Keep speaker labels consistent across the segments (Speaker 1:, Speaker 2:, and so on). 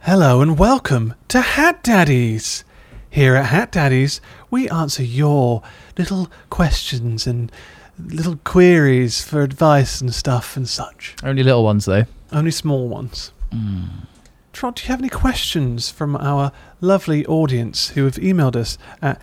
Speaker 1: Hello and welcome to Hat Daddies. Here at Hat Daddies, we answer your little questions and little queries for advice and stuff and such.
Speaker 2: Only little ones though.
Speaker 1: Only small ones. Trot, do you have any questions from our lovely audience who have emailed us at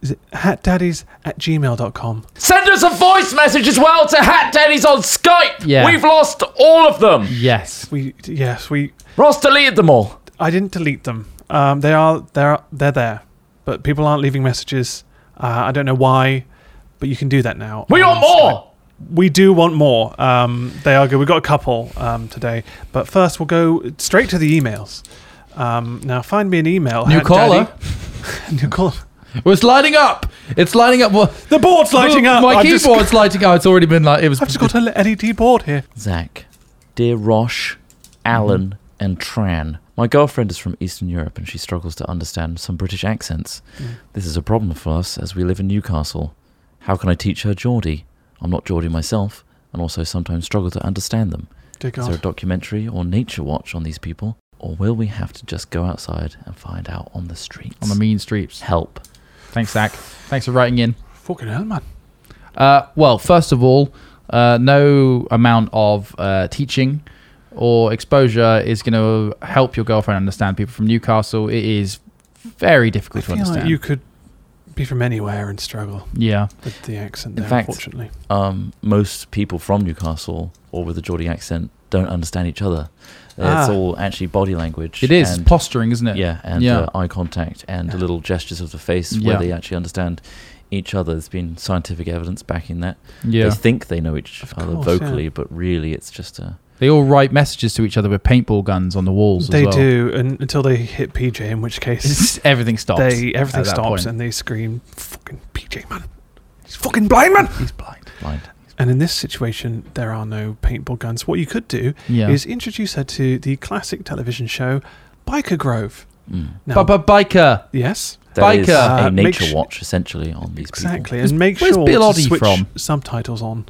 Speaker 1: is it hatdaddies at gmail.com?
Speaker 3: Send us a voice message as well to Hat Daddies on Skype.
Speaker 2: Yeah.
Speaker 3: We've lost all of them.
Speaker 2: Yes.
Speaker 1: We yes, we
Speaker 3: Ross deleted them all.
Speaker 1: I didn't delete them. Um, they are they're they're there, but people aren't leaving messages. Uh, I don't know why, but you can do that now.
Speaker 3: We
Speaker 1: on
Speaker 3: want more.
Speaker 1: Skype. We do want more. Um, they are good. We've got a couple um, today, but first we'll go straight to the emails. Um, now find me an email.
Speaker 2: New
Speaker 1: Hat
Speaker 2: caller.
Speaker 1: Daddy- New caller.
Speaker 2: It's lighting up. It's lighting up. Well,
Speaker 1: The board's lighting up.
Speaker 2: My
Speaker 1: I've just-
Speaker 2: keyboard's lighting up. It's already been like it was.
Speaker 1: I've just got an LED E board here.
Speaker 3: Zach, dear Rosh, Alan, and Tran. My girlfriend is from Eastern Europe and she struggles to understand some British accents. This is a problem for us as we live in Newcastle. How can I teach her Geordie? I'm not Geordie myself and also sometimes struggle to understand them.
Speaker 1: Dear
Speaker 3: Is there a
Speaker 1: God.
Speaker 3: documentary or nature watch on these people? Or will we have to just go outside and find out on the streets?
Speaker 2: on the mean streets.
Speaker 3: Help.
Speaker 2: Thanks, Zach. Thanks for writing in.
Speaker 1: Fucking hell, man.
Speaker 2: Uh, well, first of all, uh, no amount of uh, teaching or exposure is going to help your girlfriend understand people from Newcastle. It is very
Speaker 1: I
Speaker 2: difficult to
Speaker 1: feel
Speaker 2: understand.
Speaker 1: like you could be from anywhere and struggle
Speaker 2: yeah.
Speaker 1: with the accent
Speaker 3: In
Speaker 1: there,
Speaker 3: fact,
Speaker 1: unfortunately.
Speaker 3: um, most people from Newcastle or with a Geordie accent don't understand each other. Uh, It's
Speaker 1: Ah.
Speaker 3: all actually body language.
Speaker 2: It is
Speaker 3: And,
Speaker 2: posturing, isn't it?
Speaker 3: yeah, and
Speaker 2: Yeah.
Speaker 3: Uh, eye contact and the
Speaker 1: Yeah.
Speaker 3: little gestures of the face where
Speaker 2: Yeah.
Speaker 3: they actually understand each other. There's been scientific evidence backing that.
Speaker 2: Yeah.
Speaker 3: They think they know each
Speaker 1: Of
Speaker 3: other
Speaker 1: course, yeah.
Speaker 3: vocally, but really it's just a.
Speaker 2: They all write messages to each other with paintball guns on the walls.
Speaker 1: They
Speaker 2: as well.
Speaker 1: do, and until they hit PJ, in which case
Speaker 2: It's- everything stops.
Speaker 1: they everything
Speaker 2: at that
Speaker 1: stops
Speaker 2: point.
Speaker 1: and they scream, "Fucking PJ, man! He's fucking blind, man!"
Speaker 2: he's blind.
Speaker 3: Blind.
Speaker 1: And in this situation, there are no paintball guns. What you could do
Speaker 2: Yeah.
Speaker 1: is introduce her to the classic television show, Biker Grove.
Speaker 3: Mm.
Speaker 1: Now,
Speaker 2: Baba biker.
Speaker 1: yes,
Speaker 3: That is
Speaker 2: Biker.
Speaker 1: Uh,
Speaker 3: a
Speaker 1: make
Speaker 3: nature
Speaker 1: sh-
Speaker 3: watch essentially on these
Speaker 1: exactly,
Speaker 2: Where's-
Speaker 1: and make
Speaker 2: where's
Speaker 1: sure
Speaker 2: Bill
Speaker 1: to
Speaker 2: Oddie
Speaker 1: switch
Speaker 2: from?
Speaker 1: subtitles on.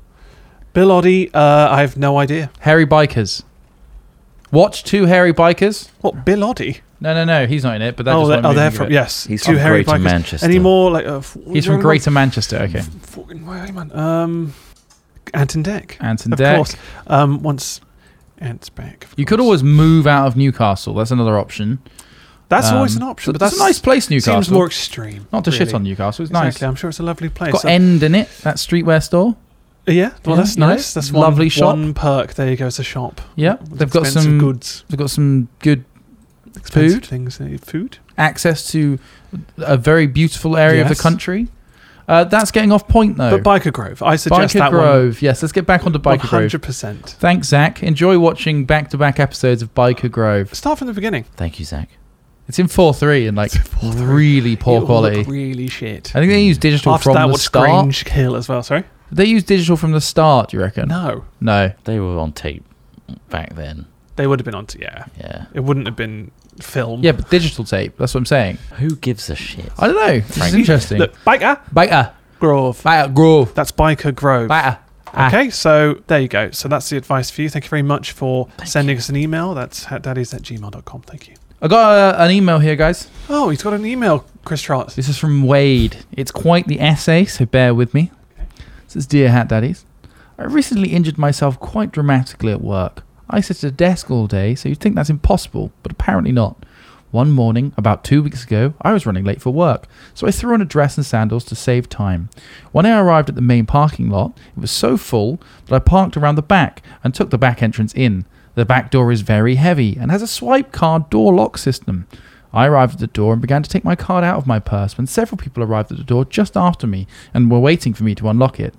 Speaker 1: Bill Oddie, uh, I have no idea.
Speaker 2: Hairy bikers. Watch two hairy bikers.
Speaker 1: What Bill Oddie?
Speaker 2: No, no, no. He's not in it. But that
Speaker 1: oh,
Speaker 2: just
Speaker 1: they,
Speaker 2: won't
Speaker 1: oh,
Speaker 2: move
Speaker 1: they're
Speaker 2: me a
Speaker 1: from
Speaker 2: bit.
Speaker 1: yes.
Speaker 3: He's
Speaker 1: two
Speaker 3: from
Speaker 1: hairy
Speaker 3: Greater
Speaker 1: bikers.
Speaker 3: Manchester.
Speaker 1: Any more like? Uh, f-
Speaker 2: He's from Greater Manchester. Okay.
Speaker 1: Fucking way, man. Um, Ant and Deck.
Speaker 2: Anton
Speaker 1: of
Speaker 2: Deck.
Speaker 1: course. Um, once Ant's back. of
Speaker 2: You could
Speaker 1: course.
Speaker 2: always move out of Newcastle. That's another option.
Speaker 1: That's always
Speaker 2: Um,
Speaker 1: an option, but
Speaker 2: it's
Speaker 1: that's
Speaker 2: a nice place, Newcastle.
Speaker 1: Seems more extreme.
Speaker 2: Not to shit
Speaker 1: really.
Speaker 2: on Newcastle. It's
Speaker 1: Exactly.
Speaker 2: nice.
Speaker 1: I'm sure it's a lovely place.
Speaker 2: It's got
Speaker 1: So-
Speaker 2: End in it. That streetwear store.
Speaker 1: yeah. Well,
Speaker 2: Yeah,
Speaker 1: that's
Speaker 2: you know,
Speaker 1: nice. That's
Speaker 2: lovely
Speaker 1: one,
Speaker 2: shop.
Speaker 1: One perk. There you go. It's a shop.
Speaker 2: Yeah.
Speaker 1: with
Speaker 2: They've got
Speaker 1: expensive
Speaker 2: some.
Speaker 1: goods,
Speaker 2: They've got some good
Speaker 1: expensive
Speaker 2: food.
Speaker 1: things, uh, food.
Speaker 2: access to a very beautiful area of
Speaker 1: Yes.
Speaker 2: the country. Uh, that's getting off point though.
Speaker 1: But Biker Grove, I suggest
Speaker 2: Biker
Speaker 1: that
Speaker 2: Grove. Yes, let's get back onto
Speaker 1: one.
Speaker 2: Biker Grove.
Speaker 1: Hundred percent.
Speaker 2: Thanks, Zach. Enjoy watching back-to-back episodes of Biker Grove.
Speaker 1: Start from the beginning.
Speaker 3: Thank you, Zach.
Speaker 2: It's in four three and like really poor
Speaker 1: It'll look
Speaker 2: quality.
Speaker 1: Really shit.
Speaker 2: I think they use digital
Speaker 1: After
Speaker 2: from
Speaker 1: that,
Speaker 2: the
Speaker 1: what's
Speaker 2: start.
Speaker 1: Grange Hill as well? Sorry.
Speaker 2: They use digital from the start. You reckon?
Speaker 1: No,
Speaker 2: No.
Speaker 3: They were on tape back then.
Speaker 1: they would have been onto yeah.
Speaker 3: Yeah.
Speaker 1: It wouldn't have been film.
Speaker 2: Yeah, but digital tape. That's what I'm saying.
Speaker 3: Who gives a shit?
Speaker 2: I don't know. This is
Speaker 3: Frank.
Speaker 2: interesting.
Speaker 1: Look, Biker
Speaker 2: Biker.
Speaker 1: Grove.
Speaker 2: Biker Grove.
Speaker 1: That's Biker Grove.
Speaker 2: Biker. Ah.
Speaker 1: Okay, so there you go. So that's the advice for you. Thank you very much for
Speaker 3: Thank
Speaker 1: sending us an email. That's hatdaddies at gmail.com. Thank you.
Speaker 2: I got uh, an email here, guys.
Speaker 1: Oh, he's got an email, Chris Trott.
Speaker 2: This is from Wade. It's quite the essay, so bear with me. This is Dear Hat Daddies. I recently injured myself quite dramatically at work. I sit at a desk all day, so you'd think that's impossible, but apparently not. One morning, about two weeks ago, I was running late for work, so I threw on a dress and sandals to save time. When I arrived at the main parking lot, it was so full that I parked around the back and took the back entrance in. The back door is very heavy and has a swipe card door lock system. I arrived at the door and began to take my card out of my purse when several people arrived at the door just after me and were waiting for me to unlock it.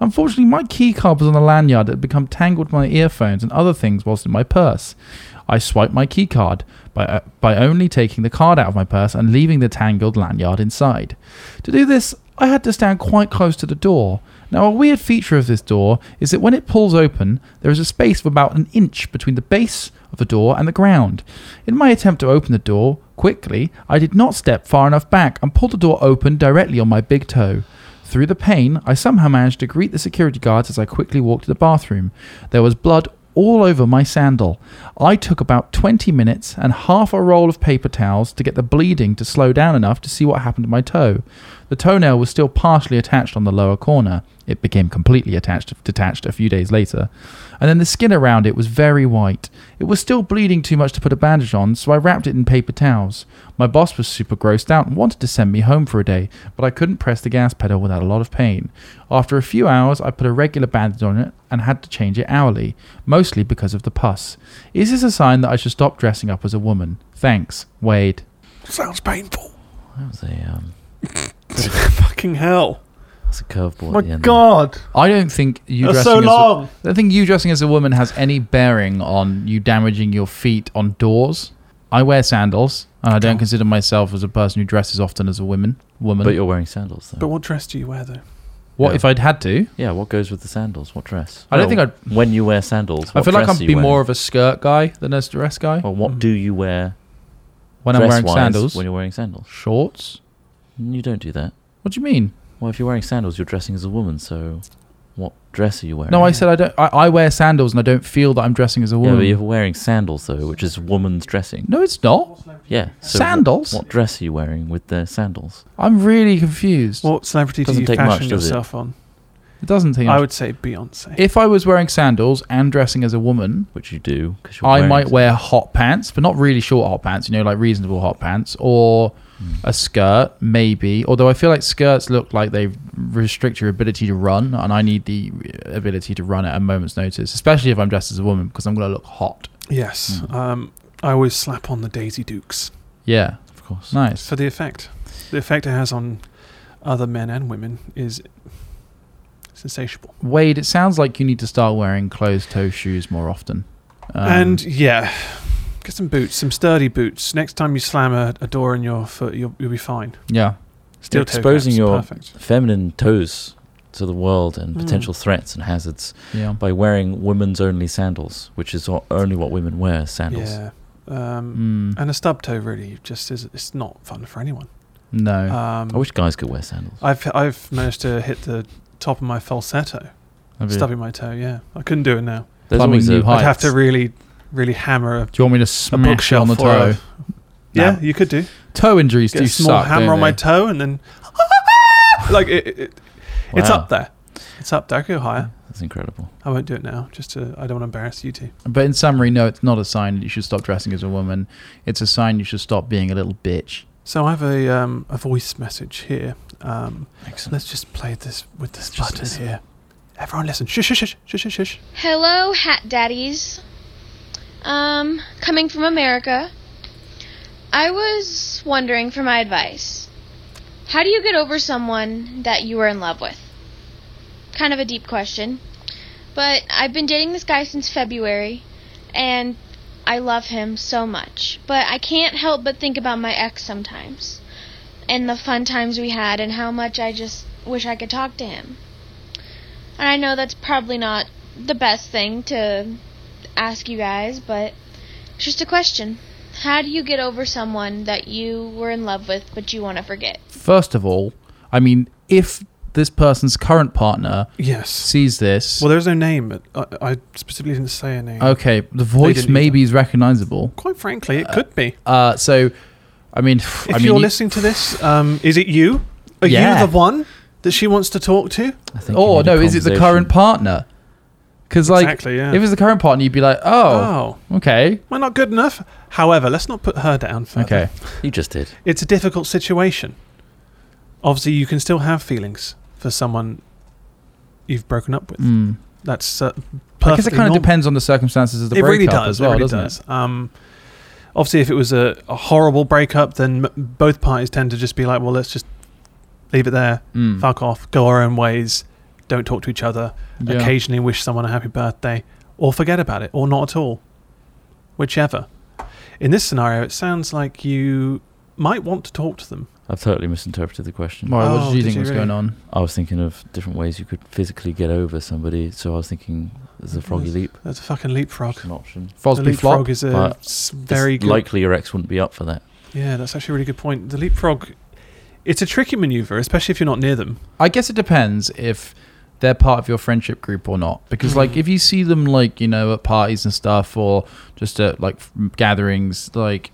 Speaker 2: Unfortunately, my key card was on a lanyard that had become tangled with my earphones and other things whilst in my purse. I swiped my key card by, uh, by only taking the card out of my purse and leaving the tangled lanyard inside. To do this, I had to stand quite close to the door. Now, a weird feature of this door is that when it pulls open, there is a space of about an inch between the base of the door and the ground. In my attempt to open the door quickly, I did not step far enough back and pulled the door open directly on my big toe. Through the pain, I somehow managed to greet the security guards as I quickly walked to the bathroom. There was blood all over my sandal. I took about 20 minutes and half a roll of paper towels to get the bleeding to slow down enough to see what happened to my toe. The toenail was still partially attached on the lower corner. It became completely attached detached a few days later. And then the skin around it was very white. It was still bleeding too much to put a bandage on, so I wrapped it in paper towels. My boss was super grossed out and wanted to send me home for a day, but I couldn't press the gas pedal without a lot of pain. After a few hours, I put a regular bandage on it and had to change it hourly, mostly because of the pus. Is this a sign that I should stop dressing up as a woman? Thanks, Wade.
Speaker 1: Sounds painful.
Speaker 3: That was a, um,
Speaker 1: Fucking hell.
Speaker 3: that's a curveball.
Speaker 1: My
Speaker 3: at the end there.
Speaker 1: God.
Speaker 2: I don't think you
Speaker 1: That's
Speaker 2: dressing
Speaker 1: so
Speaker 2: as a-
Speaker 1: long.
Speaker 2: I don't think you dressing as a woman has any bearing on you damaging your feet on doors. I wear sandals, and I don't consider myself as a person who dresses often as a woman. Woman,
Speaker 3: But you're wearing sandals, though.
Speaker 1: But what dress do you wear, though?
Speaker 2: what
Speaker 3: yeah.
Speaker 2: if I'd had to?
Speaker 3: yeah, what goes with the sandals? What dress?
Speaker 2: I don't think
Speaker 3: I'd. When you wear sandals,
Speaker 2: I
Speaker 3: what
Speaker 2: feel like
Speaker 3: dress
Speaker 2: I'd
Speaker 3: are
Speaker 2: be
Speaker 3: you wearing?
Speaker 2: more of a skirt guy than a dress guy
Speaker 3: Well, what do you wear
Speaker 2: when I'm wearing
Speaker 3: dress-wise
Speaker 2: sandals.
Speaker 3: When you're wearing sandals,
Speaker 2: Shorts?
Speaker 3: you don't do that.
Speaker 2: What do you mean?
Speaker 3: Well, if you're wearing sandals, you're dressing as a woman. So, what dress are you wearing?
Speaker 2: No, I said I don't. I, I wear sandals, and I don't feel that I'm dressing as a
Speaker 3: Yeah,
Speaker 2: woman.
Speaker 3: but you're wearing sandals though, which is woman's dressing.
Speaker 2: no, it's not.
Speaker 3: Yeah. So wh-
Speaker 2: Sandals?
Speaker 3: What, dress are you wearing with the sandals?
Speaker 2: I'm really confused.
Speaker 1: What celebrity do
Speaker 3: Doesn't
Speaker 1: you
Speaker 3: take
Speaker 1: fashion
Speaker 3: much, does it?
Speaker 1: yourself on?
Speaker 2: it doesn't think.
Speaker 1: I
Speaker 2: I'm-
Speaker 1: would say Beyonce.
Speaker 2: if I was wearing sandals and dressing as a woman,
Speaker 3: Which you do because you're.
Speaker 2: I
Speaker 3: wearing
Speaker 2: might wear hot pants, but not really short hot pants, you know, like reasonable hot pants, or
Speaker 3: Mm,
Speaker 2: a skirt, maybe. Although I feel like skirts look like they restrict your ability to run, and I need the ability to run at a moment's notice, especially if I'm dressed as a woman, because I'm going to look hot.
Speaker 1: Yes. Um, I always slap on the Daisy Dukes
Speaker 2: Yeah,
Speaker 3: Of course.
Speaker 2: nice.
Speaker 1: for the effect. The effect it has on other men and women is it's insatiable.
Speaker 2: Wade, it sounds like you need to start wearing closed toe shoes more often. Um,
Speaker 1: and yeah, get some boots, some sturdy boots. Next time you slam a, a door in your foot, you'll, you'll be fine.
Speaker 2: yeah,
Speaker 1: Steel
Speaker 3: You're
Speaker 1: toe
Speaker 3: exposing
Speaker 1: caps,
Speaker 3: your
Speaker 1: perfect.
Speaker 3: Feminine toes to the world and
Speaker 1: Mm.
Speaker 3: potential threats and hazards
Speaker 2: yeah.
Speaker 3: by wearing women's only sandals, which is o- only what women wear sandals.
Speaker 1: Yeah. Um,
Speaker 2: Mm,
Speaker 1: And a stub toe really just is it's not fun for anyone.
Speaker 2: no.
Speaker 1: Um,
Speaker 3: I wish guys could wear sandals.
Speaker 1: I've I've managed to hit the top of my falsetto,
Speaker 2: Have you-
Speaker 1: stubbing my toe. Yeah, I couldn't do it now.
Speaker 3: There's
Speaker 2: Plumbing
Speaker 3: always a,
Speaker 2: new heights.
Speaker 1: I'd have to really, really hammer a,
Speaker 2: Do you want me to
Speaker 1: a
Speaker 2: smash it
Speaker 1: bookshelf
Speaker 2: on the
Speaker 1: or
Speaker 2: toe?
Speaker 1: a- yeah,
Speaker 2: Nah.
Speaker 1: you could do.
Speaker 2: Toe injuries
Speaker 1: Get
Speaker 2: do
Speaker 1: a small
Speaker 2: suck.
Speaker 1: hammer
Speaker 2: don't
Speaker 1: on my
Speaker 2: they?
Speaker 1: toe and then, like it, it, it- it's
Speaker 3: Wow.
Speaker 1: up there. It's up there. I could go higher.
Speaker 3: That's incredible.
Speaker 1: I won't do it now. Just to, I don't want to embarrass you two.
Speaker 2: But in summary, no, it's not a sign that you should stop dressing as a woman. It's a sign you should stop being a little bitch.
Speaker 1: So I have a um, a voice message here. Um,
Speaker 3: Excellent.
Speaker 1: let's just play this with this
Speaker 3: Just
Speaker 1: button
Speaker 3: listen.
Speaker 1: here. Everyone, listen. Shush, shush, shush, shush, shush, shush.
Speaker 4: Hello, hat daddies. Um, coming from America, I was wondering for my advice. How do you get over someone that you were in love with? Kind of a deep question. But I've been dating this guy since February, and I love him so much. But I can't help but think about my ex sometimes, and the fun times we had, and how much I just wish I could talk to him. And I know that's probably not the best thing to ask you guys, but it's just a question. How do you get over someone that you were in love with but you want to forget?
Speaker 2: First of all, I mean, if this person's current partner
Speaker 1: Yes.
Speaker 2: sees this,
Speaker 1: Well, there's no name, but I, I specifically didn't say a name.
Speaker 2: okay, the voice
Speaker 1: didn't
Speaker 2: maybe is recognizable.
Speaker 1: Quite frankly, it could be.
Speaker 2: Uh, so, I mean,
Speaker 1: If
Speaker 2: I mean,
Speaker 1: you're
Speaker 2: you-
Speaker 1: listening to this, um, is it you? Are
Speaker 2: Yeah.
Speaker 1: you the one that she wants to talk to?
Speaker 3: I think you
Speaker 2: oh
Speaker 3: need a
Speaker 2: no, is it the current
Speaker 3: conversation.
Speaker 2: partner? Because like,
Speaker 1: Exactly, yeah.
Speaker 2: if it's the current partner, you'd be like, oh,
Speaker 1: Oh,
Speaker 2: okay,
Speaker 1: am I not good enough? However, let's not put her down. Further.
Speaker 2: okay,
Speaker 3: You just did.
Speaker 1: It's a difficult situation. Obviously, you can still have feelings for someone you've broken up with.
Speaker 2: mm.
Speaker 1: That's uh, perfectly
Speaker 2: I guess it kind of
Speaker 1: normal.
Speaker 2: depends on the circumstances of the
Speaker 1: it
Speaker 2: breakup
Speaker 1: really does.
Speaker 2: as well,
Speaker 1: it really
Speaker 2: doesn't
Speaker 1: does. Um, obviously, if it was a, a horrible breakup, then m- both parties tend to just be like, well, let's just leave it there,
Speaker 2: it? Mm.
Speaker 1: fuck off, go our own ways, don't talk to each other,
Speaker 2: Yeah.
Speaker 1: occasionally wish someone a happy birthday, or forget about it, or not at all. Whichever. In this scenario, it sounds like you might want to talk to them.
Speaker 3: I've totally misinterpreted the question.
Speaker 2: All right, what
Speaker 1: Oh,
Speaker 2: did you
Speaker 1: did
Speaker 2: think
Speaker 1: you
Speaker 2: was
Speaker 1: really?
Speaker 2: going on?
Speaker 3: I was thinking of different ways you could physically get over somebody, so I was thinking there's a froggy leap
Speaker 1: That's a fucking leapfrog.
Speaker 3: as an option.
Speaker 1: the
Speaker 2: Fosby
Speaker 1: leapfrog
Speaker 2: flop.
Speaker 1: is a
Speaker 3: but
Speaker 1: s- very
Speaker 3: it's
Speaker 1: good.
Speaker 3: likely your ex wouldn't be up for that.
Speaker 1: yeah, that's actually a really good point. The leapfrog, it's a tricky maneuver, especially if you're not near them.
Speaker 2: I guess it depends if they're part of your friendship group or not. Because
Speaker 3: Mm-hmm.
Speaker 2: like if you see them like you know at parties and stuff or just at like f- gatherings, like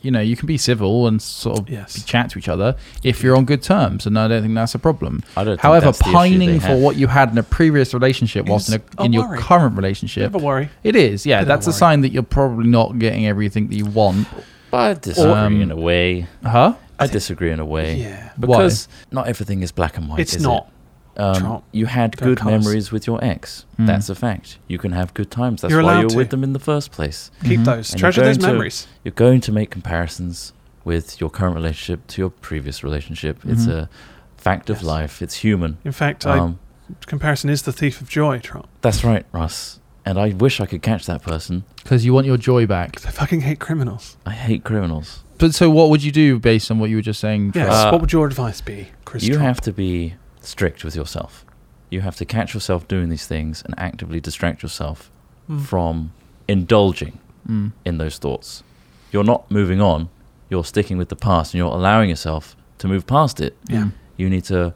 Speaker 2: you know you can be civil and sort of
Speaker 1: Yes.
Speaker 2: be- chat to each other if you're on good terms, and I don't think that's a problem.
Speaker 3: I don't think
Speaker 2: However,
Speaker 3: that's the issue they
Speaker 2: pining for
Speaker 3: have.
Speaker 2: what you had in a previous relationship whilst in,
Speaker 1: Is
Speaker 2: a,
Speaker 1: a
Speaker 2: in your
Speaker 1: worry.
Speaker 2: current relationship.
Speaker 1: Bit of a worry.
Speaker 2: It is, yeah.
Speaker 1: Bit of a
Speaker 2: that's a,
Speaker 1: worry.
Speaker 2: sign that you're probably not getting everything that you want.
Speaker 3: But I disagree
Speaker 2: Um,
Speaker 3: in a way.
Speaker 2: Huh?
Speaker 3: I disagree in a way.
Speaker 1: Yeah.
Speaker 2: um, Why?
Speaker 3: Because not everything is black and white.
Speaker 1: It's
Speaker 3: is
Speaker 1: not.
Speaker 3: It? Um,
Speaker 1: Trump.
Speaker 3: you had
Speaker 1: Don't
Speaker 3: good
Speaker 1: colours.
Speaker 3: memories with your ex. That's a fact. You can have good times. That's
Speaker 1: You're
Speaker 3: why
Speaker 1: allowed
Speaker 3: you're with
Speaker 1: to.
Speaker 3: them in the first place.
Speaker 1: Keep
Speaker 2: Mm-hmm.
Speaker 1: those.
Speaker 3: Mm-hmm. And you're
Speaker 1: Treasure those
Speaker 3: going to-
Speaker 1: memories.
Speaker 3: You're going to make comparisons with your current relationship to your previous relationship. It's a fact of
Speaker 1: Mm-hmm. Yes.
Speaker 3: life. It's human.
Speaker 1: In fact,
Speaker 3: Um,
Speaker 1: I, comparison is the thief of joy, Trump.
Speaker 3: that's right, Russ. And I wish I could catch that person.
Speaker 2: Because you want your joy back.
Speaker 1: I fucking hate criminals.
Speaker 3: I hate criminals.
Speaker 2: But so, what would you do based on what you were just saying?
Speaker 1: Yes.
Speaker 3: Uh,
Speaker 1: what would your advice be, Chris?
Speaker 3: you
Speaker 1: Trump?
Speaker 3: have to be strict with yourself. You have to catch yourself doing these things and actively distract yourself
Speaker 1: Mm.
Speaker 3: from indulging
Speaker 2: Mm.
Speaker 3: in those thoughts. You're not moving on, you're sticking with the past and you're allowing yourself to move past it.
Speaker 1: Yeah.
Speaker 2: Mm.
Speaker 3: You need to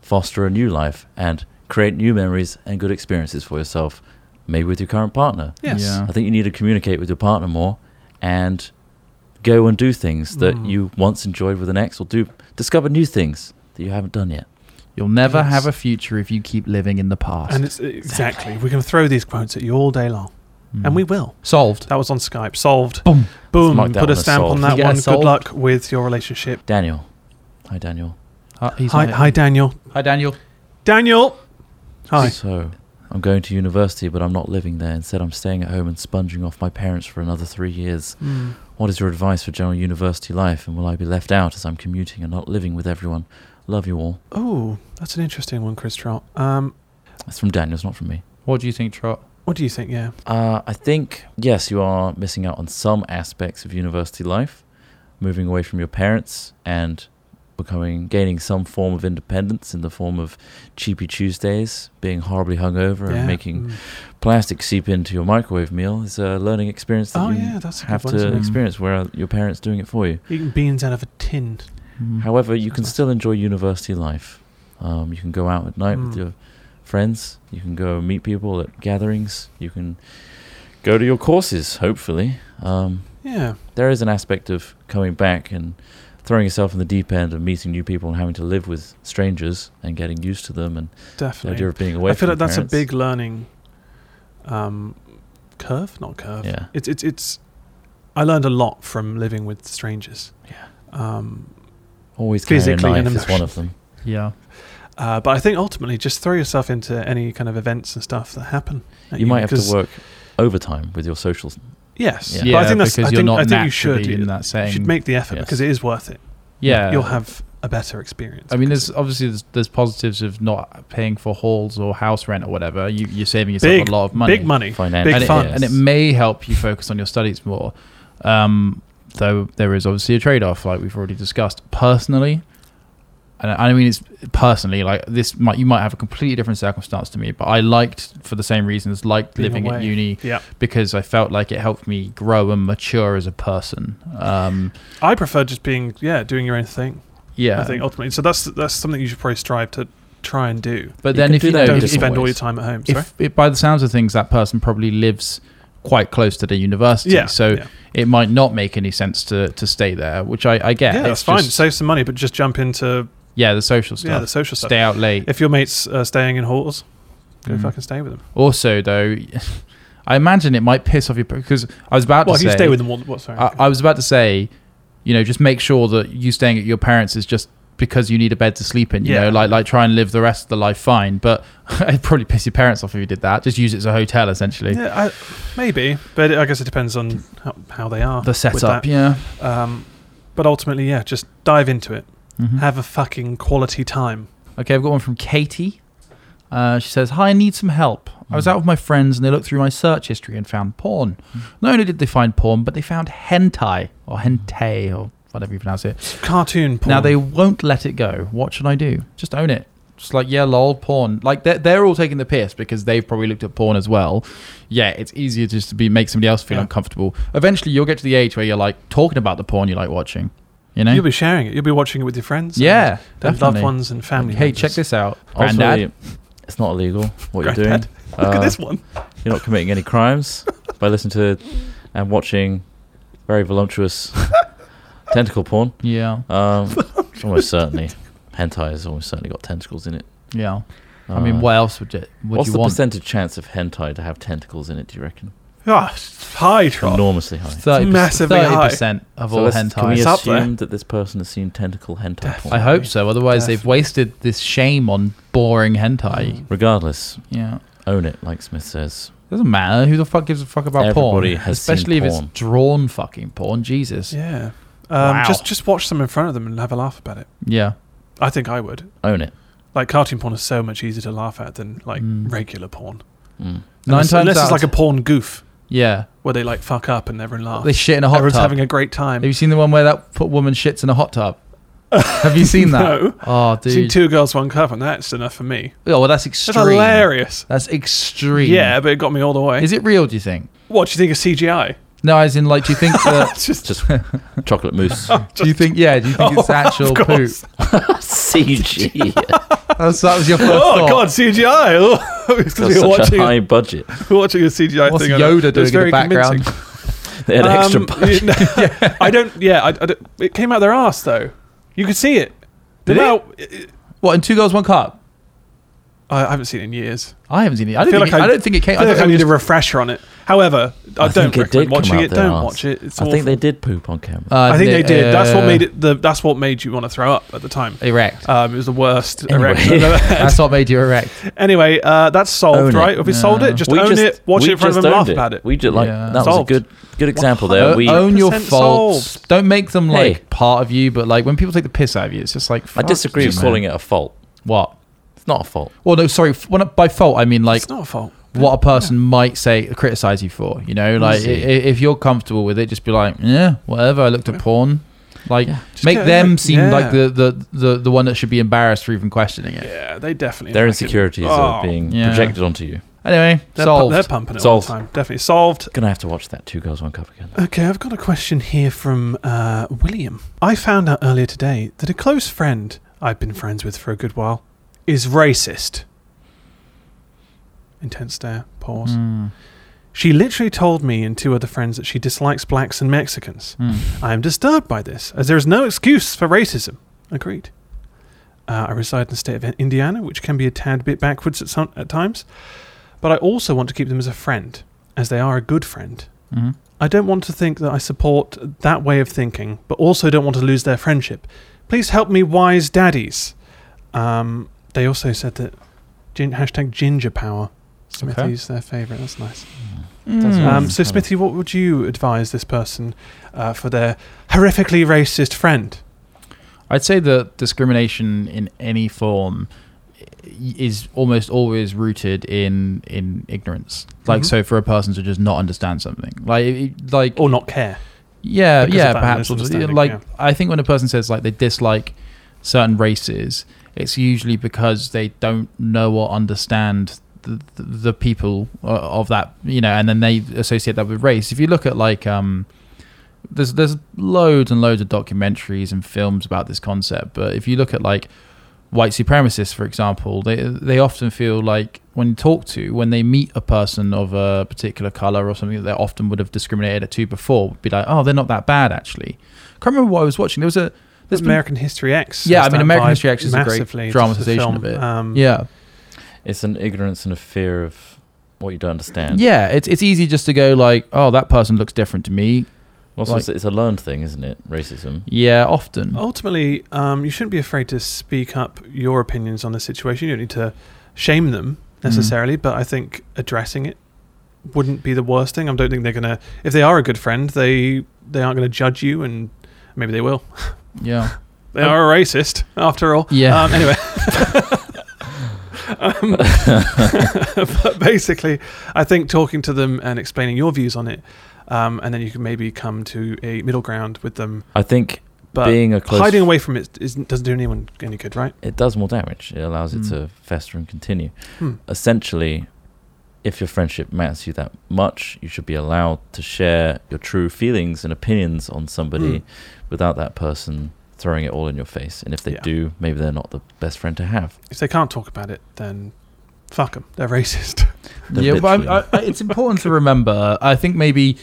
Speaker 3: foster a new life and create new memories and good experiences for yourself, maybe with your current partner.
Speaker 1: Yes.
Speaker 2: Yeah.
Speaker 3: I think you need to communicate with your partner more and go and do things that
Speaker 1: Mm.
Speaker 3: you once enjoyed with an ex or do discover new things that you haven't done yet.
Speaker 2: You'll never
Speaker 1: Yes.
Speaker 2: have a future if you keep living in the past.
Speaker 1: And it's exactly. We're going to throw these quotes at you all day long,
Speaker 2: Mm.
Speaker 1: and we will.
Speaker 2: solved.
Speaker 1: That was on Skype. Solved.
Speaker 2: Boom.
Speaker 1: Boom.
Speaker 3: Mark that
Speaker 1: Put a
Speaker 3: one as
Speaker 1: stamp on
Speaker 3: solved.
Speaker 1: that
Speaker 2: Yeah,
Speaker 1: one.
Speaker 2: solved.
Speaker 1: Good luck with your relationship.
Speaker 3: Daniel. Hi Daniel.
Speaker 2: Uh, he's
Speaker 1: Hi,
Speaker 2: on it.
Speaker 1: hi, Daniel.
Speaker 2: hi, Daniel.
Speaker 1: Daniel. Hi.
Speaker 3: So I'm going to university but I'm not living there. Instead I'm staying at home and sponging off my parents for another three years.
Speaker 2: Mm.
Speaker 3: What is your advice for general university life and will I be left out as I'm commuting and not living with everyone? Love you all.
Speaker 1: Oh, that's an interesting one, Chris Trot. Um,
Speaker 3: That's from Daniel, it's not from me.
Speaker 2: What do you think, Trot?
Speaker 1: what do you think? Yeah.
Speaker 3: Uh, I think, yes, you are missing out on some aspects of university life, moving away from your parents and becoming, gaining some form of independence in the form of cheapy Tuesdays, being horribly hungover
Speaker 1: yeah.
Speaker 3: and making
Speaker 1: Mm.
Speaker 3: plastic seep into your microwave meal is a learning experience that
Speaker 1: Oh,
Speaker 3: you
Speaker 1: yeah, that's a good
Speaker 3: have
Speaker 1: one,
Speaker 3: to
Speaker 1: isn't
Speaker 2: it?
Speaker 3: experience where your parents doing it for you.
Speaker 1: eating beans out of a tin. Mm.
Speaker 3: However, you can
Speaker 1: Nice.
Speaker 3: still enjoy university life. Um, you can go out at night with
Speaker 1: Mm.
Speaker 3: your friends. You can go meet people at gatherings. You can go to your courses, hopefully. Um,
Speaker 1: Yeah.
Speaker 3: there is an aspect of coming back and throwing yourself in the deep end and meeting new people and having to live with strangers and getting used to them and the
Speaker 1: Definitely.
Speaker 3: idea of being away
Speaker 1: I feel
Speaker 3: from
Speaker 1: like
Speaker 3: your
Speaker 1: that's
Speaker 3: parents.
Speaker 1: a big learning um, curve, not curve.
Speaker 3: Yeah.
Speaker 1: It's it's it's. I learned a lot from living with strangers.
Speaker 3: Yeah.
Speaker 1: Um,
Speaker 3: Always carry a
Speaker 1: physically and
Speaker 3: knife is one of them.
Speaker 2: Yeah.
Speaker 1: uh, but I think ultimately, just throw yourself into any kind of events and stuff that happen. at
Speaker 3: You might have to
Speaker 1: 'cause-
Speaker 3: work overtime with your social
Speaker 1: Yes,
Speaker 3: Yeah.
Speaker 2: Yeah,
Speaker 1: but I think that's.
Speaker 2: because
Speaker 1: I
Speaker 2: you're
Speaker 1: think,
Speaker 2: not
Speaker 1: I think you
Speaker 2: naturally
Speaker 1: should.
Speaker 2: in
Speaker 1: You
Speaker 2: that setting.
Speaker 1: should make the effort
Speaker 3: Yes.
Speaker 1: because it is worth it.
Speaker 2: yeah.
Speaker 1: You'll have a better experience.
Speaker 2: I mean,
Speaker 1: because
Speaker 2: there's obviously there's, there's positives of not paying for halls or house rent or whatever. You, you're saving yourself
Speaker 1: big
Speaker 2: a lot of money.
Speaker 1: Big money.
Speaker 3: Financial
Speaker 1: Big
Speaker 2: and,
Speaker 1: fun.
Speaker 2: It, and it may help you focus on your studies more. Um, though there is obviously a trade off, like we've already discussed. Personally, and I I mean, it's personally like this might you might have a completely different circumstance to me, but I liked for the same reasons liked
Speaker 1: Being
Speaker 2: living at
Speaker 1: away.
Speaker 2: uni
Speaker 1: Yeah,
Speaker 2: because I felt like it helped me grow and mature as a person. Um,
Speaker 1: I prefer just being yeah doing your own thing.
Speaker 2: yeah,
Speaker 1: I think ultimately, so that's that's something you should probably strive to try and do.
Speaker 2: but
Speaker 3: You
Speaker 2: then
Speaker 3: can
Speaker 2: if
Speaker 3: do
Speaker 2: you
Speaker 3: that
Speaker 2: know
Speaker 3: in
Speaker 1: Don't
Speaker 2: if,
Speaker 3: different
Speaker 2: if,
Speaker 1: spend all your
Speaker 3: ways.
Speaker 1: time at home. Sorry.
Speaker 2: if it, by the sounds of things, that person probably lives quite close to their university,
Speaker 1: Yeah,
Speaker 2: so
Speaker 1: yeah.
Speaker 2: it might not make any sense to to stay there, which I, I get.
Speaker 1: Yeah,
Speaker 2: It's
Speaker 1: that's fine.
Speaker 2: just-
Speaker 1: Save some money, but just jump into
Speaker 2: yeah, the social stuff.
Speaker 1: yeah the social stuff.
Speaker 2: Stay out late.
Speaker 1: If your mates are staying in halls, go
Speaker 2: Mm.
Speaker 1: fucking stay with them.
Speaker 2: also, though, I imagine it might piss off your because I was about
Speaker 1: Well,
Speaker 2: to
Speaker 1: if
Speaker 2: say
Speaker 1: you stay with them, what? what sorry.
Speaker 2: I, I was about to say, you know, just make sure that you staying at your parents is just because you need a bed to sleep in. You
Speaker 1: Yeah.
Speaker 2: know, like like try and live the rest of the life fine. But I'd probably piss your parents off if you did that. Just use it as a hotel essentially.
Speaker 1: yeah, I, maybe, but I guess it depends on how, how they are.
Speaker 2: The
Speaker 1: with
Speaker 2: setup,
Speaker 1: that.
Speaker 2: yeah.
Speaker 1: Um, but ultimately, yeah, just dive into it.
Speaker 2: Mhm.
Speaker 1: Have a fucking quality time.
Speaker 2: Okay, I've got one from Katie. Uh, she says, Hi, I need some help. I
Speaker 1: Hmm.
Speaker 2: was out with my friends and they looked through my search history and found porn. Not only did they find porn, but they found hentai or hentai or whatever you pronounce it.
Speaker 1: Cartoon porn.
Speaker 2: Now they won't let it go. What should I do? Just own it. Just like, yeah, lol, porn. Like they're, they're all taking the piss because they've probably looked at porn as well. Yeah, it's easier just to be make somebody else feel
Speaker 1: Yeah.
Speaker 2: uncomfortable. Eventually you'll get to the age where you're like talking about the porn you like watching. You know?
Speaker 1: you'll be sharing it. You'll be watching it with your friends. and-
Speaker 2: yeah.
Speaker 1: and
Speaker 2: definitely.
Speaker 1: loved ones and family.
Speaker 2: Hey,
Speaker 1: members.
Speaker 2: check this out.
Speaker 3: Also,
Speaker 2: Granddad.
Speaker 3: It's not illegal what you're doing.
Speaker 1: Granddad, Look
Speaker 3: Uh,
Speaker 1: at this one.
Speaker 3: You're not committing any crimes by listening to and watching very voluptuous tentacle porn.
Speaker 2: Yeah.
Speaker 3: Um, almost certainly, hentai has almost certainly got tentacles in it.
Speaker 2: Yeah. I mean,
Speaker 3: Uh,
Speaker 2: what else would you, would
Speaker 3: What's
Speaker 2: you
Speaker 3: the
Speaker 2: want?
Speaker 3: percentage chance of hentai to have tentacles in it? Do you reckon?
Speaker 1: Ah, it's high troll.
Speaker 3: Enormously high.
Speaker 2: 30%,
Speaker 1: Massively high.
Speaker 2: 30% of all
Speaker 3: let's- Can we
Speaker 2: hentai.
Speaker 1: It's up there.
Speaker 3: assume that this person has seen tentacle hentai porn?
Speaker 2: I hope so. Otherwise, they've
Speaker 1: Definitely. Mm.
Speaker 2: wasted this shame on boring hentai.
Speaker 3: Regardless,
Speaker 2: Yeah.
Speaker 3: own it, like Smith says.
Speaker 2: Doesn't matter. Who the fuck gives a fuck about
Speaker 3: Everybody
Speaker 2: porn?
Speaker 3: has seen
Speaker 2: Especially if
Speaker 3: porn.
Speaker 2: it's drawn fucking porn. Jesus. Yeah.
Speaker 1: Yeah. Um,
Speaker 2: Wow.
Speaker 1: Just just watch them in front of them and have a laugh about it. I think I would.
Speaker 3: Own it.
Speaker 1: Like cartoon porn is so much easier to laugh at than like regular porn.
Speaker 3: Mm.
Speaker 2: Nine
Speaker 1: unless,
Speaker 2: times
Speaker 1: unless
Speaker 2: out.
Speaker 1: it's like a porn goof
Speaker 2: yeah.
Speaker 1: where they like fuck up and everyone laughs.
Speaker 2: They shit in a hot
Speaker 1: Oh, Everyone's
Speaker 2: tub.
Speaker 1: having a great time.
Speaker 2: Have you seen the one where that foot woman shits in a hot tub? Have you seen that?
Speaker 1: No.
Speaker 2: Oh,
Speaker 1: I've seen
Speaker 2: dude.
Speaker 1: two girls, one cup, and that's enough for me.
Speaker 2: oh, well, that's
Speaker 1: That's
Speaker 2: extreme.
Speaker 1: hilarious.
Speaker 2: That's extreme.
Speaker 1: Yeah, but it got me all the way.
Speaker 2: Is it real? Do you think?
Speaker 1: what do you think of CGI?
Speaker 2: No, as in, like, do you think that?
Speaker 1: It's just
Speaker 3: Just chocolate mousse.
Speaker 2: do you think? Yeah. Do you think it's actual poop?
Speaker 1: Oh, course.
Speaker 3: CG.
Speaker 2: That's, that was your first
Speaker 1: oh
Speaker 2: thought.
Speaker 1: god, CGI! Oh, it's 'cause
Speaker 3: Got
Speaker 1: we were
Speaker 3: such
Speaker 1: watching,
Speaker 3: a high budget.
Speaker 1: we were watching a CGI
Speaker 2: What's
Speaker 1: thing. and
Speaker 2: Yoda
Speaker 1: it was
Speaker 2: doing
Speaker 1: very
Speaker 2: in the background?
Speaker 1: convincing.
Speaker 3: They had extra
Speaker 1: Um,
Speaker 3: budget.
Speaker 1: you know, I don't. Yeah, I, I don't- it came out their ass though. You could see it.
Speaker 2: Did it?
Speaker 1: no,
Speaker 2: What? In two girls, one cup.
Speaker 1: I haven't seen it in years.
Speaker 2: I haven't seen it. I,
Speaker 1: feel
Speaker 2: don't think.
Speaker 1: like
Speaker 2: it-
Speaker 1: I-
Speaker 2: I, don't think it came.
Speaker 1: I feel
Speaker 2: thought
Speaker 1: like I
Speaker 2: it
Speaker 1: need
Speaker 2: was-
Speaker 1: a refresher on it. However, I, don't
Speaker 3: think it did
Speaker 1: recommend
Speaker 3: come
Speaker 1: watching
Speaker 3: out
Speaker 1: it.
Speaker 3: their
Speaker 1: Don't
Speaker 3: arse.
Speaker 1: watch it. It's
Speaker 3: I
Speaker 1: awful.
Speaker 3: think they did poop on camera.
Speaker 2: Uh,
Speaker 1: I think they did. That's what
Speaker 2: uh,
Speaker 1: made it. The, that's what made you want to throw up at the time.
Speaker 2: erect.
Speaker 1: Um, it was the worst
Speaker 3: Anyway.
Speaker 1: erection I've ever had.
Speaker 2: That's what made you erect.
Speaker 1: Anyway, uh, that's
Speaker 3: Own
Speaker 1: solved,
Speaker 3: it.
Speaker 1: right? If we solved
Speaker 2: Yeah.
Speaker 1: it, just own it, watch
Speaker 3: we
Speaker 1: it in front of
Speaker 3: just
Speaker 1: them, laugh
Speaker 3: owned it.
Speaker 1: about it.
Speaker 3: We just like
Speaker 2: Yeah.
Speaker 3: that
Speaker 1: Solved.
Speaker 3: was a good good example there.
Speaker 2: O-
Speaker 3: We
Speaker 2: Uh, own your
Speaker 1: 100%
Speaker 2: faults.
Speaker 1: solved.
Speaker 2: Don't make them
Speaker 3: Hey.
Speaker 2: like part of you. But like when people take the piss out of you, it's just like
Speaker 3: I
Speaker 2: fuck
Speaker 3: disagree
Speaker 2: you,
Speaker 3: with
Speaker 2: man.
Speaker 3: calling it a fault.
Speaker 2: what.
Speaker 3: It's not a fault.
Speaker 2: Well, no, sorry. f- When, I- by fault, I mean like
Speaker 1: it's not a fault.
Speaker 2: what a person might say criticize you for you know like i- i-
Speaker 3: see.
Speaker 2: if you're comfortable with it just be like yeah whatever i looked at porn like
Speaker 1: Just
Speaker 2: make
Speaker 1: go,
Speaker 2: them
Speaker 1: yeah.
Speaker 2: seem
Speaker 1: Yeah.
Speaker 2: like the, the the the one that should be embarrassed for even questioning it
Speaker 1: Yeah, they definitely.
Speaker 3: Their
Speaker 1: fucking-
Speaker 3: insecurities
Speaker 1: Oh.
Speaker 3: are being
Speaker 2: Yeah.
Speaker 3: projected onto you.
Speaker 2: anyway
Speaker 1: They're, pu-
Speaker 2: solved
Speaker 1: they're pumping it
Speaker 3: Solved.
Speaker 1: all the time. Definitely solved.
Speaker 3: Gonna have to watch that Two Girls One Cup again.
Speaker 1: Okay, I've got a question here from uh, William. I found out earlier today that a close friend I've been friends with for a good while is racist. Intense stare, pause.
Speaker 2: Mm,
Speaker 1: She literally told me and two other friends that she dislikes blacks and Mexicans.
Speaker 2: mm.
Speaker 1: I am disturbed by this, as there is no excuse for racism. Agreed. Uh, I reside in the state of Indiana, which can be a tad bit backwards at, some, at times, but I also want to keep them as a friend, as they are a good friend.
Speaker 2: Mhm.
Speaker 1: I don't want to think that I support that way of thinking, but also don't want to lose their friendship. Please help me, wise daddies. Um, they also said that gin- hashtag ginger power. Smithy's their favourite. That's nice.
Speaker 2: Hmm.
Speaker 3: Mm.
Speaker 1: Um, so,
Speaker 3: Mm.
Speaker 1: Smithy, what would you advise this person uh, for their horrifically racist friend?
Speaker 2: i'd say that discrimination in any form i- is almost always rooted in in ignorance like
Speaker 1: Mhm.
Speaker 2: so for a person to just not understand something like it- like
Speaker 1: Or not care?
Speaker 2: Yeah,
Speaker 1: because
Speaker 2: yeah,
Speaker 1: of that
Speaker 2: perhaps. Or,
Speaker 1: misunderstanding,
Speaker 2: like
Speaker 1: yeah.
Speaker 2: I think when a person says like they dislike certain races, it's usually because they don't know or understand the, the, the people uh, of that, you know, and then they associate that with race. If you look at like um there's there's loads and loads of documentaries and films about this concept, but if you look at like white supremacists, for example, they they often feel like when you talk to, when they meet a person of a particular color or something that they often would have discriminated to before, would be like, oh, they're not that bad actually. Can't remember what I was watching. There was a there's been-
Speaker 1: American History X.
Speaker 2: Yeah,
Speaker 1: has
Speaker 2: I mean,
Speaker 1: that
Speaker 2: American
Speaker 1: vibe
Speaker 2: History X is a great
Speaker 1: massively. It's
Speaker 2: dramatization
Speaker 1: just a
Speaker 2: of
Speaker 1: film.
Speaker 2: it.
Speaker 1: Um,
Speaker 2: yeah,
Speaker 3: It's an ignorance and a fear of what you don't understand.
Speaker 2: yeah. It's it's easy just to go like, oh, that person looks different to me.
Speaker 3: Also,
Speaker 2: Like-
Speaker 3: it's, it's a learned thing, isn't it? Racism.
Speaker 2: Yeah, often.
Speaker 1: Ultimately, um, you shouldn't be afraid to speak up your opinions on the situation. You don't need to shame them
Speaker 2: Hmm.
Speaker 1: necessarily, but I think addressing it wouldn't be the worst thing. I don't think they're gonna. If they are a good friend, they they aren't gonna judge you, and maybe they will.
Speaker 2: Yeah,
Speaker 1: They
Speaker 2: Um,
Speaker 1: are a racist, after all.
Speaker 2: Yeah.
Speaker 1: Um, anyway. um, but basically, I think talking to them and explaining your views on it, um, and then you can maybe come to a middle ground with them.
Speaker 3: I think
Speaker 1: But
Speaker 3: being a close
Speaker 1: hiding away from it isn't, doesn't do anyone any good, right?
Speaker 3: it does more damage. It allows it
Speaker 2: Mm.
Speaker 3: to fester and continue.
Speaker 1: Hmm.
Speaker 3: Essentially, if your friendship matters to you that much, you should be allowed to share your true feelings and opinions on somebody
Speaker 1: Hmm.
Speaker 3: without that person throwing it all in your face. And if they
Speaker 1: Yeah.
Speaker 3: do, maybe they're not the best friend to have.
Speaker 1: If they can't talk about it, then Fuck them. They're racist.
Speaker 3: They're
Speaker 2: yeah, but I, I,
Speaker 3: literally-
Speaker 2: I- it's important to remember. I think maybe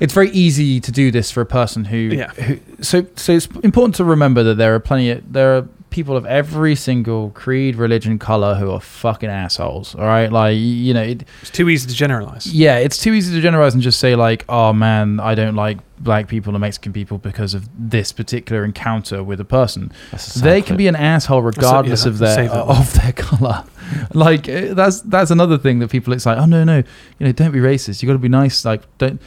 Speaker 2: it's very easy to do this for a person who.
Speaker 1: Yeah.
Speaker 2: Who, so, so it's important to remember that there are plenty. Of, there are people of every single creed, religion, color who are fucking assholes. All right, like you know, it,
Speaker 1: It's too easy to generalize.
Speaker 2: yeah, it's too easy to generalize and just say like, "Oh man, I don't like black people and Mexican people because of this particular encounter with a person."
Speaker 3: That's a sound
Speaker 2: they can
Speaker 3: clip.
Speaker 2: be an asshole regardless
Speaker 1: yeah,
Speaker 2: of their
Speaker 1: save that one.
Speaker 2: of their color. like eh, that's that's another thing that people it's like, oh no no, you know, don't be racist. You got to be nice. Like don't.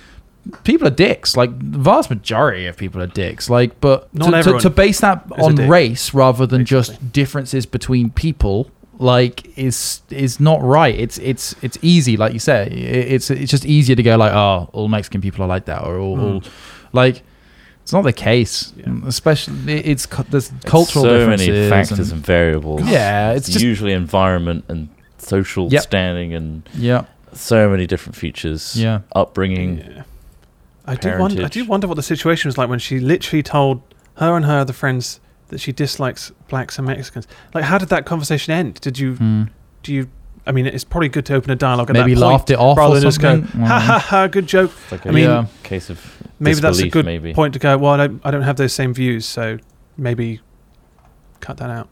Speaker 2: People are dicks. Like the vast majority of people are dicks. Like, but
Speaker 1: Not
Speaker 2: to- to, to,
Speaker 1: everyone
Speaker 2: base that
Speaker 1: is a
Speaker 2: on
Speaker 1: dick,
Speaker 2: race rather than
Speaker 1: basically.
Speaker 2: just differences between people, like is is not right. It's it's it's easy, like you say. It, it's it's just easier to go like, oh, all Mexican people are like that, or all, all
Speaker 1: Hmm.
Speaker 2: like it's not the case, Mm,
Speaker 1: Yeah.
Speaker 2: especially it- it's cu- there's
Speaker 3: It's
Speaker 2: cultural
Speaker 3: so
Speaker 2: differences.
Speaker 3: many factors and,
Speaker 2: and-
Speaker 3: variables.
Speaker 2: Yeah, it's just-
Speaker 3: usually environment and social
Speaker 2: Yep.
Speaker 3: standing and
Speaker 2: yeah,
Speaker 3: so many different features.
Speaker 2: yeah.
Speaker 3: upbringing.
Speaker 1: Yeah. I do wonder. I
Speaker 3: Parentage.
Speaker 1: do wonder what the situation was like when she literally told her and her other friends that she dislikes blacks and Mexicans. Like, how did that conversation end? Did you?
Speaker 2: Mm.
Speaker 1: Do you? I mean, it's probably good to open a dialogue at
Speaker 2: Maybe
Speaker 1: that
Speaker 2: laughed
Speaker 1: point,
Speaker 2: it off
Speaker 1: rather
Speaker 2: or
Speaker 1: than just go,
Speaker 2: something.
Speaker 1: ha ha ha, good joke.
Speaker 3: It's like a
Speaker 1: I mean,
Speaker 2: yeah.
Speaker 3: case of
Speaker 1: Maybe that's a
Speaker 3: disbelief,
Speaker 1: good
Speaker 3: maybe.
Speaker 1: point to go. Well, I don't, I don't have those same views, so maybe cut that out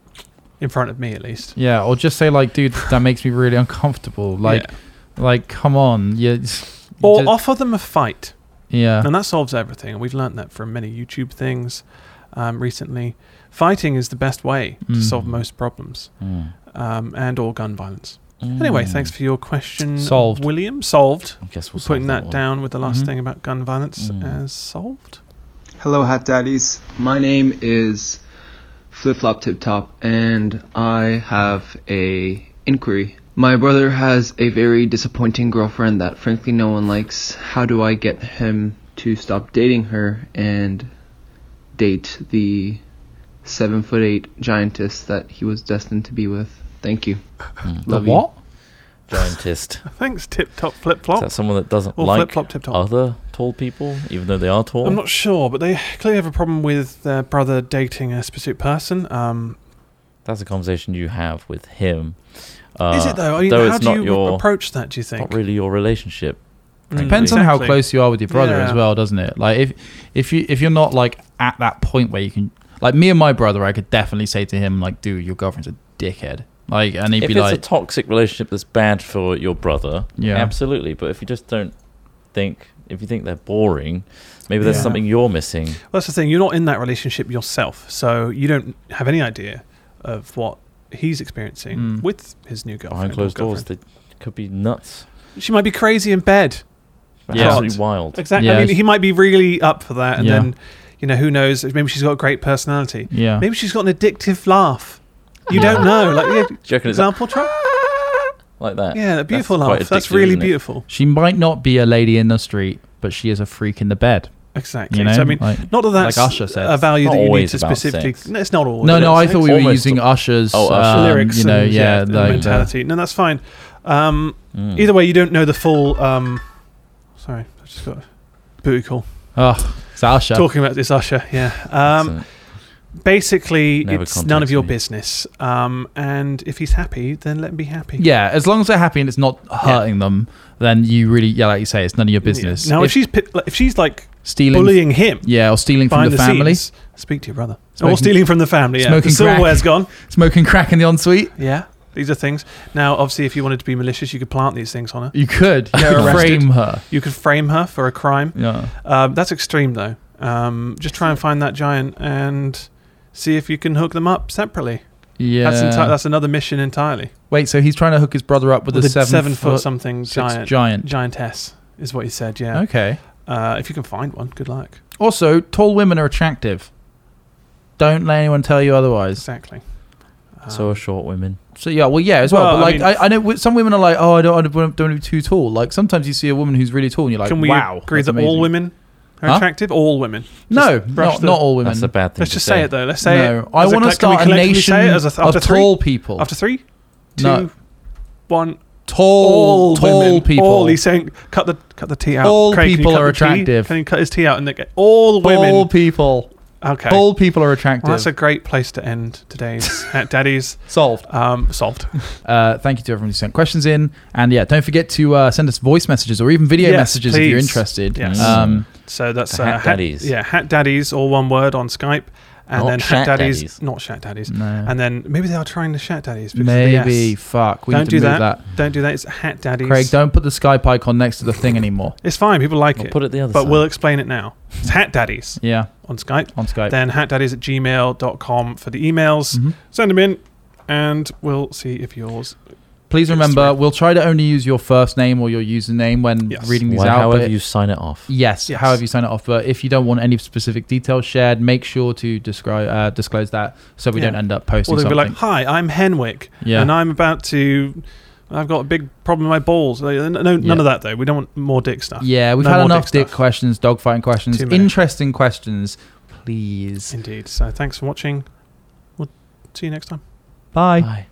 Speaker 1: in front of me at least.
Speaker 2: yeah, or just say like, dude, that makes me really uncomfortable. Like,
Speaker 1: Yeah.
Speaker 2: like, come on, yeah, it's-
Speaker 1: or
Speaker 2: just-
Speaker 1: offer them a fight.
Speaker 2: yeah.
Speaker 1: and that solves everything. And we've learnt that from many YouTube things um, recently. Fighting is the best way to
Speaker 2: Mm.
Speaker 1: solve most problems,
Speaker 3: Mm.
Speaker 1: um, and or gun violence.
Speaker 3: Mm.
Speaker 1: Anyway, thanks for your question,
Speaker 2: Solved.
Speaker 1: William. Solved.
Speaker 3: I guess we'll
Speaker 1: We're putting
Speaker 3: solve
Speaker 1: that
Speaker 3: one.
Speaker 1: down with the last
Speaker 2: Mhm.
Speaker 1: thing about gun violence
Speaker 3: Mm.
Speaker 1: as solved.
Speaker 5: Hello, Hat Daddies. My name is Flip Flop Tip Top, and I have a inquiry. My brother has a very disappointing girlfriend that frankly no one likes. How do I get him to stop dating her and date the seven foot eight giantess that he was destined to be with? Thank you.
Speaker 3: Mm.
Speaker 2: The
Speaker 5: Love you.
Speaker 2: what?
Speaker 3: Giantist.
Speaker 1: Thanks, tip top flip
Speaker 3: Is
Speaker 1: flop
Speaker 3: that someone that doesn't
Speaker 1: or flip
Speaker 3: like
Speaker 1: flop tip top.
Speaker 3: other tall people, even though they are tall?
Speaker 1: I'm not sure, but they clearly have a problem with their brother dating a specific person. Um,
Speaker 3: That's a conversation you have with him. Uh,
Speaker 1: is it though? I mean,
Speaker 3: though
Speaker 1: how
Speaker 3: it's
Speaker 1: do
Speaker 3: not
Speaker 1: you
Speaker 3: your-
Speaker 1: approach that? Do you think?
Speaker 3: Not really your relationship.
Speaker 1: Mm.
Speaker 2: Depends on how
Speaker 1: Exactly.
Speaker 2: close you are with your brother as
Speaker 1: Yeah.
Speaker 2: well, doesn't it? Like if if you if you're not like at that point where you can like me and my brother, I could definitely say to him like, dude, your girlfriend's a dickhead. Like and he'd
Speaker 3: If
Speaker 2: be
Speaker 3: it's a
Speaker 2: like,
Speaker 3: toxic relationship that's bad for your brother,
Speaker 2: Yeah.
Speaker 3: absolutely. But if you just don't think, if you think they're boring, maybe there's
Speaker 1: Yeah.
Speaker 3: something you're missing.
Speaker 1: Well, that's the thing. You're not in that relationship yourself, so you don't have any idea of what he's experiencing
Speaker 2: Mm.
Speaker 1: with his new girlfriend.
Speaker 3: Behind
Speaker 1: or
Speaker 3: closed doors,
Speaker 1: girlfriend.
Speaker 3: they could be nuts.
Speaker 1: she might be crazy in bed.
Speaker 2: Yeah.
Speaker 3: Absolutely wild.
Speaker 1: Exactly.
Speaker 2: Yeah.
Speaker 1: I mean, he might be really up for that, and
Speaker 2: Yeah.
Speaker 1: then you know who knows? Maybe she's got a great personality.
Speaker 2: yeah,
Speaker 1: Maybe she's got an addictive laugh. You don't know. Like yeah,
Speaker 3: Do you reckon it's
Speaker 1: example, try.
Speaker 3: like that?
Speaker 1: Yeah, that beautiful
Speaker 3: quite
Speaker 1: laugh. That's
Speaker 3: addictive,
Speaker 1: really
Speaker 3: isn't it?
Speaker 1: beautiful.
Speaker 2: she might not be a lady in the street, but she is a freak in the bed.
Speaker 1: Exactly.
Speaker 2: You know,
Speaker 1: So I mean,
Speaker 2: like,
Speaker 1: not that that's
Speaker 2: like Usher said,
Speaker 1: a
Speaker 2: it's
Speaker 1: value
Speaker 3: not
Speaker 1: that you need
Speaker 3: always
Speaker 1: to
Speaker 3: about
Speaker 1: specifically.
Speaker 3: sex.
Speaker 1: No, it's not all.
Speaker 2: no,
Speaker 1: about
Speaker 2: no, I
Speaker 1: sex.
Speaker 2: thought we were
Speaker 3: Almost.
Speaker 2: using Usher's,
Speaker 3: Oh, Usher.
Speaker 2: um,
Speaker 1: lyrics.
Speaker 2: you know,
Speaker 1: and,
Speaker 2: yeah, Hmm.
Speaker 1: and
Speaker 2: like, uh,
Speaker 1: mentality. No, that's fine. Um,
Speaker 3: Mm.
Speaker 1: Either way, you don't know the full. Um, sorry, I just got a booty call.
Speaker 2: oh, it's Usher.
Speaker 1: Talking about this Usher, yeah. Um,
Speaker 3: Excellent.
Speaker 1: basically,
Speaker 3: Never
Speaker 1: it's none of
Speaker 3: contacts
Speaker 1: your
Speaker 3: me.
Speaker 1: business. Um, and if he's happy, then let him be happy.
Speaker 2: Yeah, as long as they're happy and it's not hurting them, then you really, yeah, like you say, it's none of your business.
Speaker 1: Now, if, she's pi- like, if she's like
Speaker 2: stealing,
Speaker 1: bullying him
Speaker 2: yeah, or stealing from
Speaker 1: behind
Speaker 2: the
Speaker 1: the,
Speaker 2: family,
Speaker 1: scenes, speak to your brother.
Speaker 2: Smoking-
Speaker 1: or stealing from the family. Yeah,
Speaker 2: smoking
Speaker 1: the silverware's gone.
Speaker 2: smoking crack in the ensuite.
Speaker 1: Yeah, these are things. Now, obviously, if you wanted to be malicious, you could plant these things on her.
Speaker 2: You could. You could
Speaker 1: arrested.
Speaker 2: frame her.
Speaker 1: You could frame her for a crime.
Speaker 2: Yeah.
Speaker 1: Um, that's extreme, though. Um, just try and find that giant and see if you can hook them up separately.
Speaker 2: Yeah.
Speaker 1: That's enti- that's another mission entirely.
Speaker 2: Wait, so he's trying to hook his brother up with,
Speaker 1: With
Speaker 2: a seven,
Speaker 1: foot,
Speaker 2: foot,
Speaker 1: something
Speaker 2: six
Speaker 1: giant,
Speaker 2: giant.
Speaker 1: giantess is what he said. Yeah.
Speaker 2: Okay.
Speaker 1: Uh, if you can find one, good luck.
Speaker 2: Also, tall women are attractive. Don't let anyone tell you otherwise.
Speaker 1: Exactly. Um,
Speaker 3: So are short women.
Speaker 2: So yeah, well, yeah, as well.
Speaker 1: Well,
Speaker 2: but
Speaker 1: I
Speaker 2: like, I,
Speaker 1: mean-
Speaker 2: I, know w- some women are like, oh, I don't, I don't, don't want to be too tall. Like sometimes you see a woman who's really tall, and you're like,
Speaker 1: can we
Speaker 2: wow,
Speaker 1: agree
Speaker 2: that's
Speaker 1: that all
Speaker 2: amazing.
Speaker 1: women are
Speaker 2: Huh?
Speaker 1: attractive? All women.
Speaker 2: No,
Speaker 1: Just brush
Speaker 2: not,
Speaker 1: the-
Speaker 2: not all women.
Speaker 3: That's a bad thing.
Speaker 1: Let's
Speaker 3: to
Speaker 1: just say it though. Let's say
Speaker 2: no,
Speaker 1: it.
Speaker 2: I
Speaker 1: as a
Speaker 2: want to
Speaker 1: collect- can we
Speaker 2: start a
Speaker 1: collectively
Speaker 2: nation
Speaker 1: say it as a th-
Speaker 2: of
Speaker 1: after three?
Speaker 2: tall people.
Speaker 1: After three, two, one.
Speaker 2: No. tall,
Speaker 1: All
Speaker 2: tall
Speaker 1: women.
Speaker 2: people.
Speaker 1: All he's saying, cut the cut the T out.
Speaker 2: All
Speaker 1: Craig, can you
Speaker 2: people
Speaker 1: cut
Speaker 2: are
Speaker 1: the T?
Speaker 2: attractive.
Speaker 1: Can you cut his T out? And they get all
Speaker 2: Tall
Speaker 1: women.
Speaker 2: people.
Speaker 1: Okay.
Speaker 2: Tall people are attractive.
Speaker 1: Well, that's a great place to end today's Hat Daddies.
Speaker 2: Solved.
Speaker 1: Um, solved.
Speaker 2: Uh, thank you to everyone who sent questions in, and yeah, don't forget to uh, send us voice messages or even video
Speaker 1: Yes,
Speaker 2: messages if you're
Speaker 1: please.
Speaker 2: interested.
Speaker 1: Yes.
Speaker 2: Um,
Speaker 1: So that's
Speaker 3: The
Speaker 1: uh,
Speaker 3: Hat Daddies.
Speaker 1: yeah, Hat Daddies, all one word on Skype, and
Speaker 3: Not
Speaker 1: then
Speaker 3: Shat
Speaker 1: Hat Daddies,
Speaker 3: Daddies.
Speaker 1: not Shat Daddies,
Speaker 2: No.
Speaker 1: and then maybe they are trying the Shat Daddies. Because of the
Speaker 2: maybe
Speaker 1: S.
Speaker 2: fuck. We
Speaker 1: Don't
Speaker 2: need to
Speaker 1: do
Speaker 2: move
Speaker 1: that.
Speaker 2: that.
Speaker 1: Don't do that. It's Hat Daddies.
Speaker 2: Craig, don't put the Skype icon next to the thing anymore.
Speaker 1: It's fine. People like
Speaker 3: I'll
Speaker 1: it.
Speaker 3: put it the other
Speaker 1: but
Speaker 3: side.
Speaker 1: we'll explain it now. It's Hat Daddies
Speaker 2: Yeah,
Speaker 1: on Skype.
Speaker 2: on Skype.
Speaker 1: Then hatdaddies at gmail.com for the
Speaker 3: Mm.
Speaker 1: emails.
Speaker 2: Mhm.
Speaker 1: Send them in, and we'll see if yours.
Speaker 2: Please
Speaker 1: It's
Speaker 2: remember,
Speaker 1: three.
Speaker 2: we'll try to only use your first name or your username when
Speaker 1: Yes.
Speaker 2: reading these
Speaker 3: Why,
Speaker 2: out.
Speaker 3: however
Speaker 2: but-
Speaker 3: you sign it off.
Speaker 2: yes,
Speaker 1: Yes.
Speaker 2: however you sign it off. But if you don't want any specific details shared, make sure to describe uh, disclose that so we
Speaker 1: Yeah.
Speaker 2: don't end up posting
Speaker 1: Or they'll be
Speaker 2: something.
Speaker 1: like, "Hi, I'm Henwick,
Speaker 2: yeah,
Speaker 1: and I'm about to. I've got a big problem with my balls." Like, No, none
Speaker 2: Yeah.
Speaker 1: of that though. We don't want more dick stuff.
Speaker 2: yeah, we've
Speaker 1: no
Speaker 2: had
Speaker 1: more dick
Speaker 2: enough dick,
Speaker 1: stuff.
Speaker 2: questions, dogfighting questions,
Speaker 1: Too many.
Speaker 2: interesting questions. Please,
Speaker 1: Indeed. So thanks for watching. We'll see you next time.
Speaker 2: bye.
Speaker 3: Bye.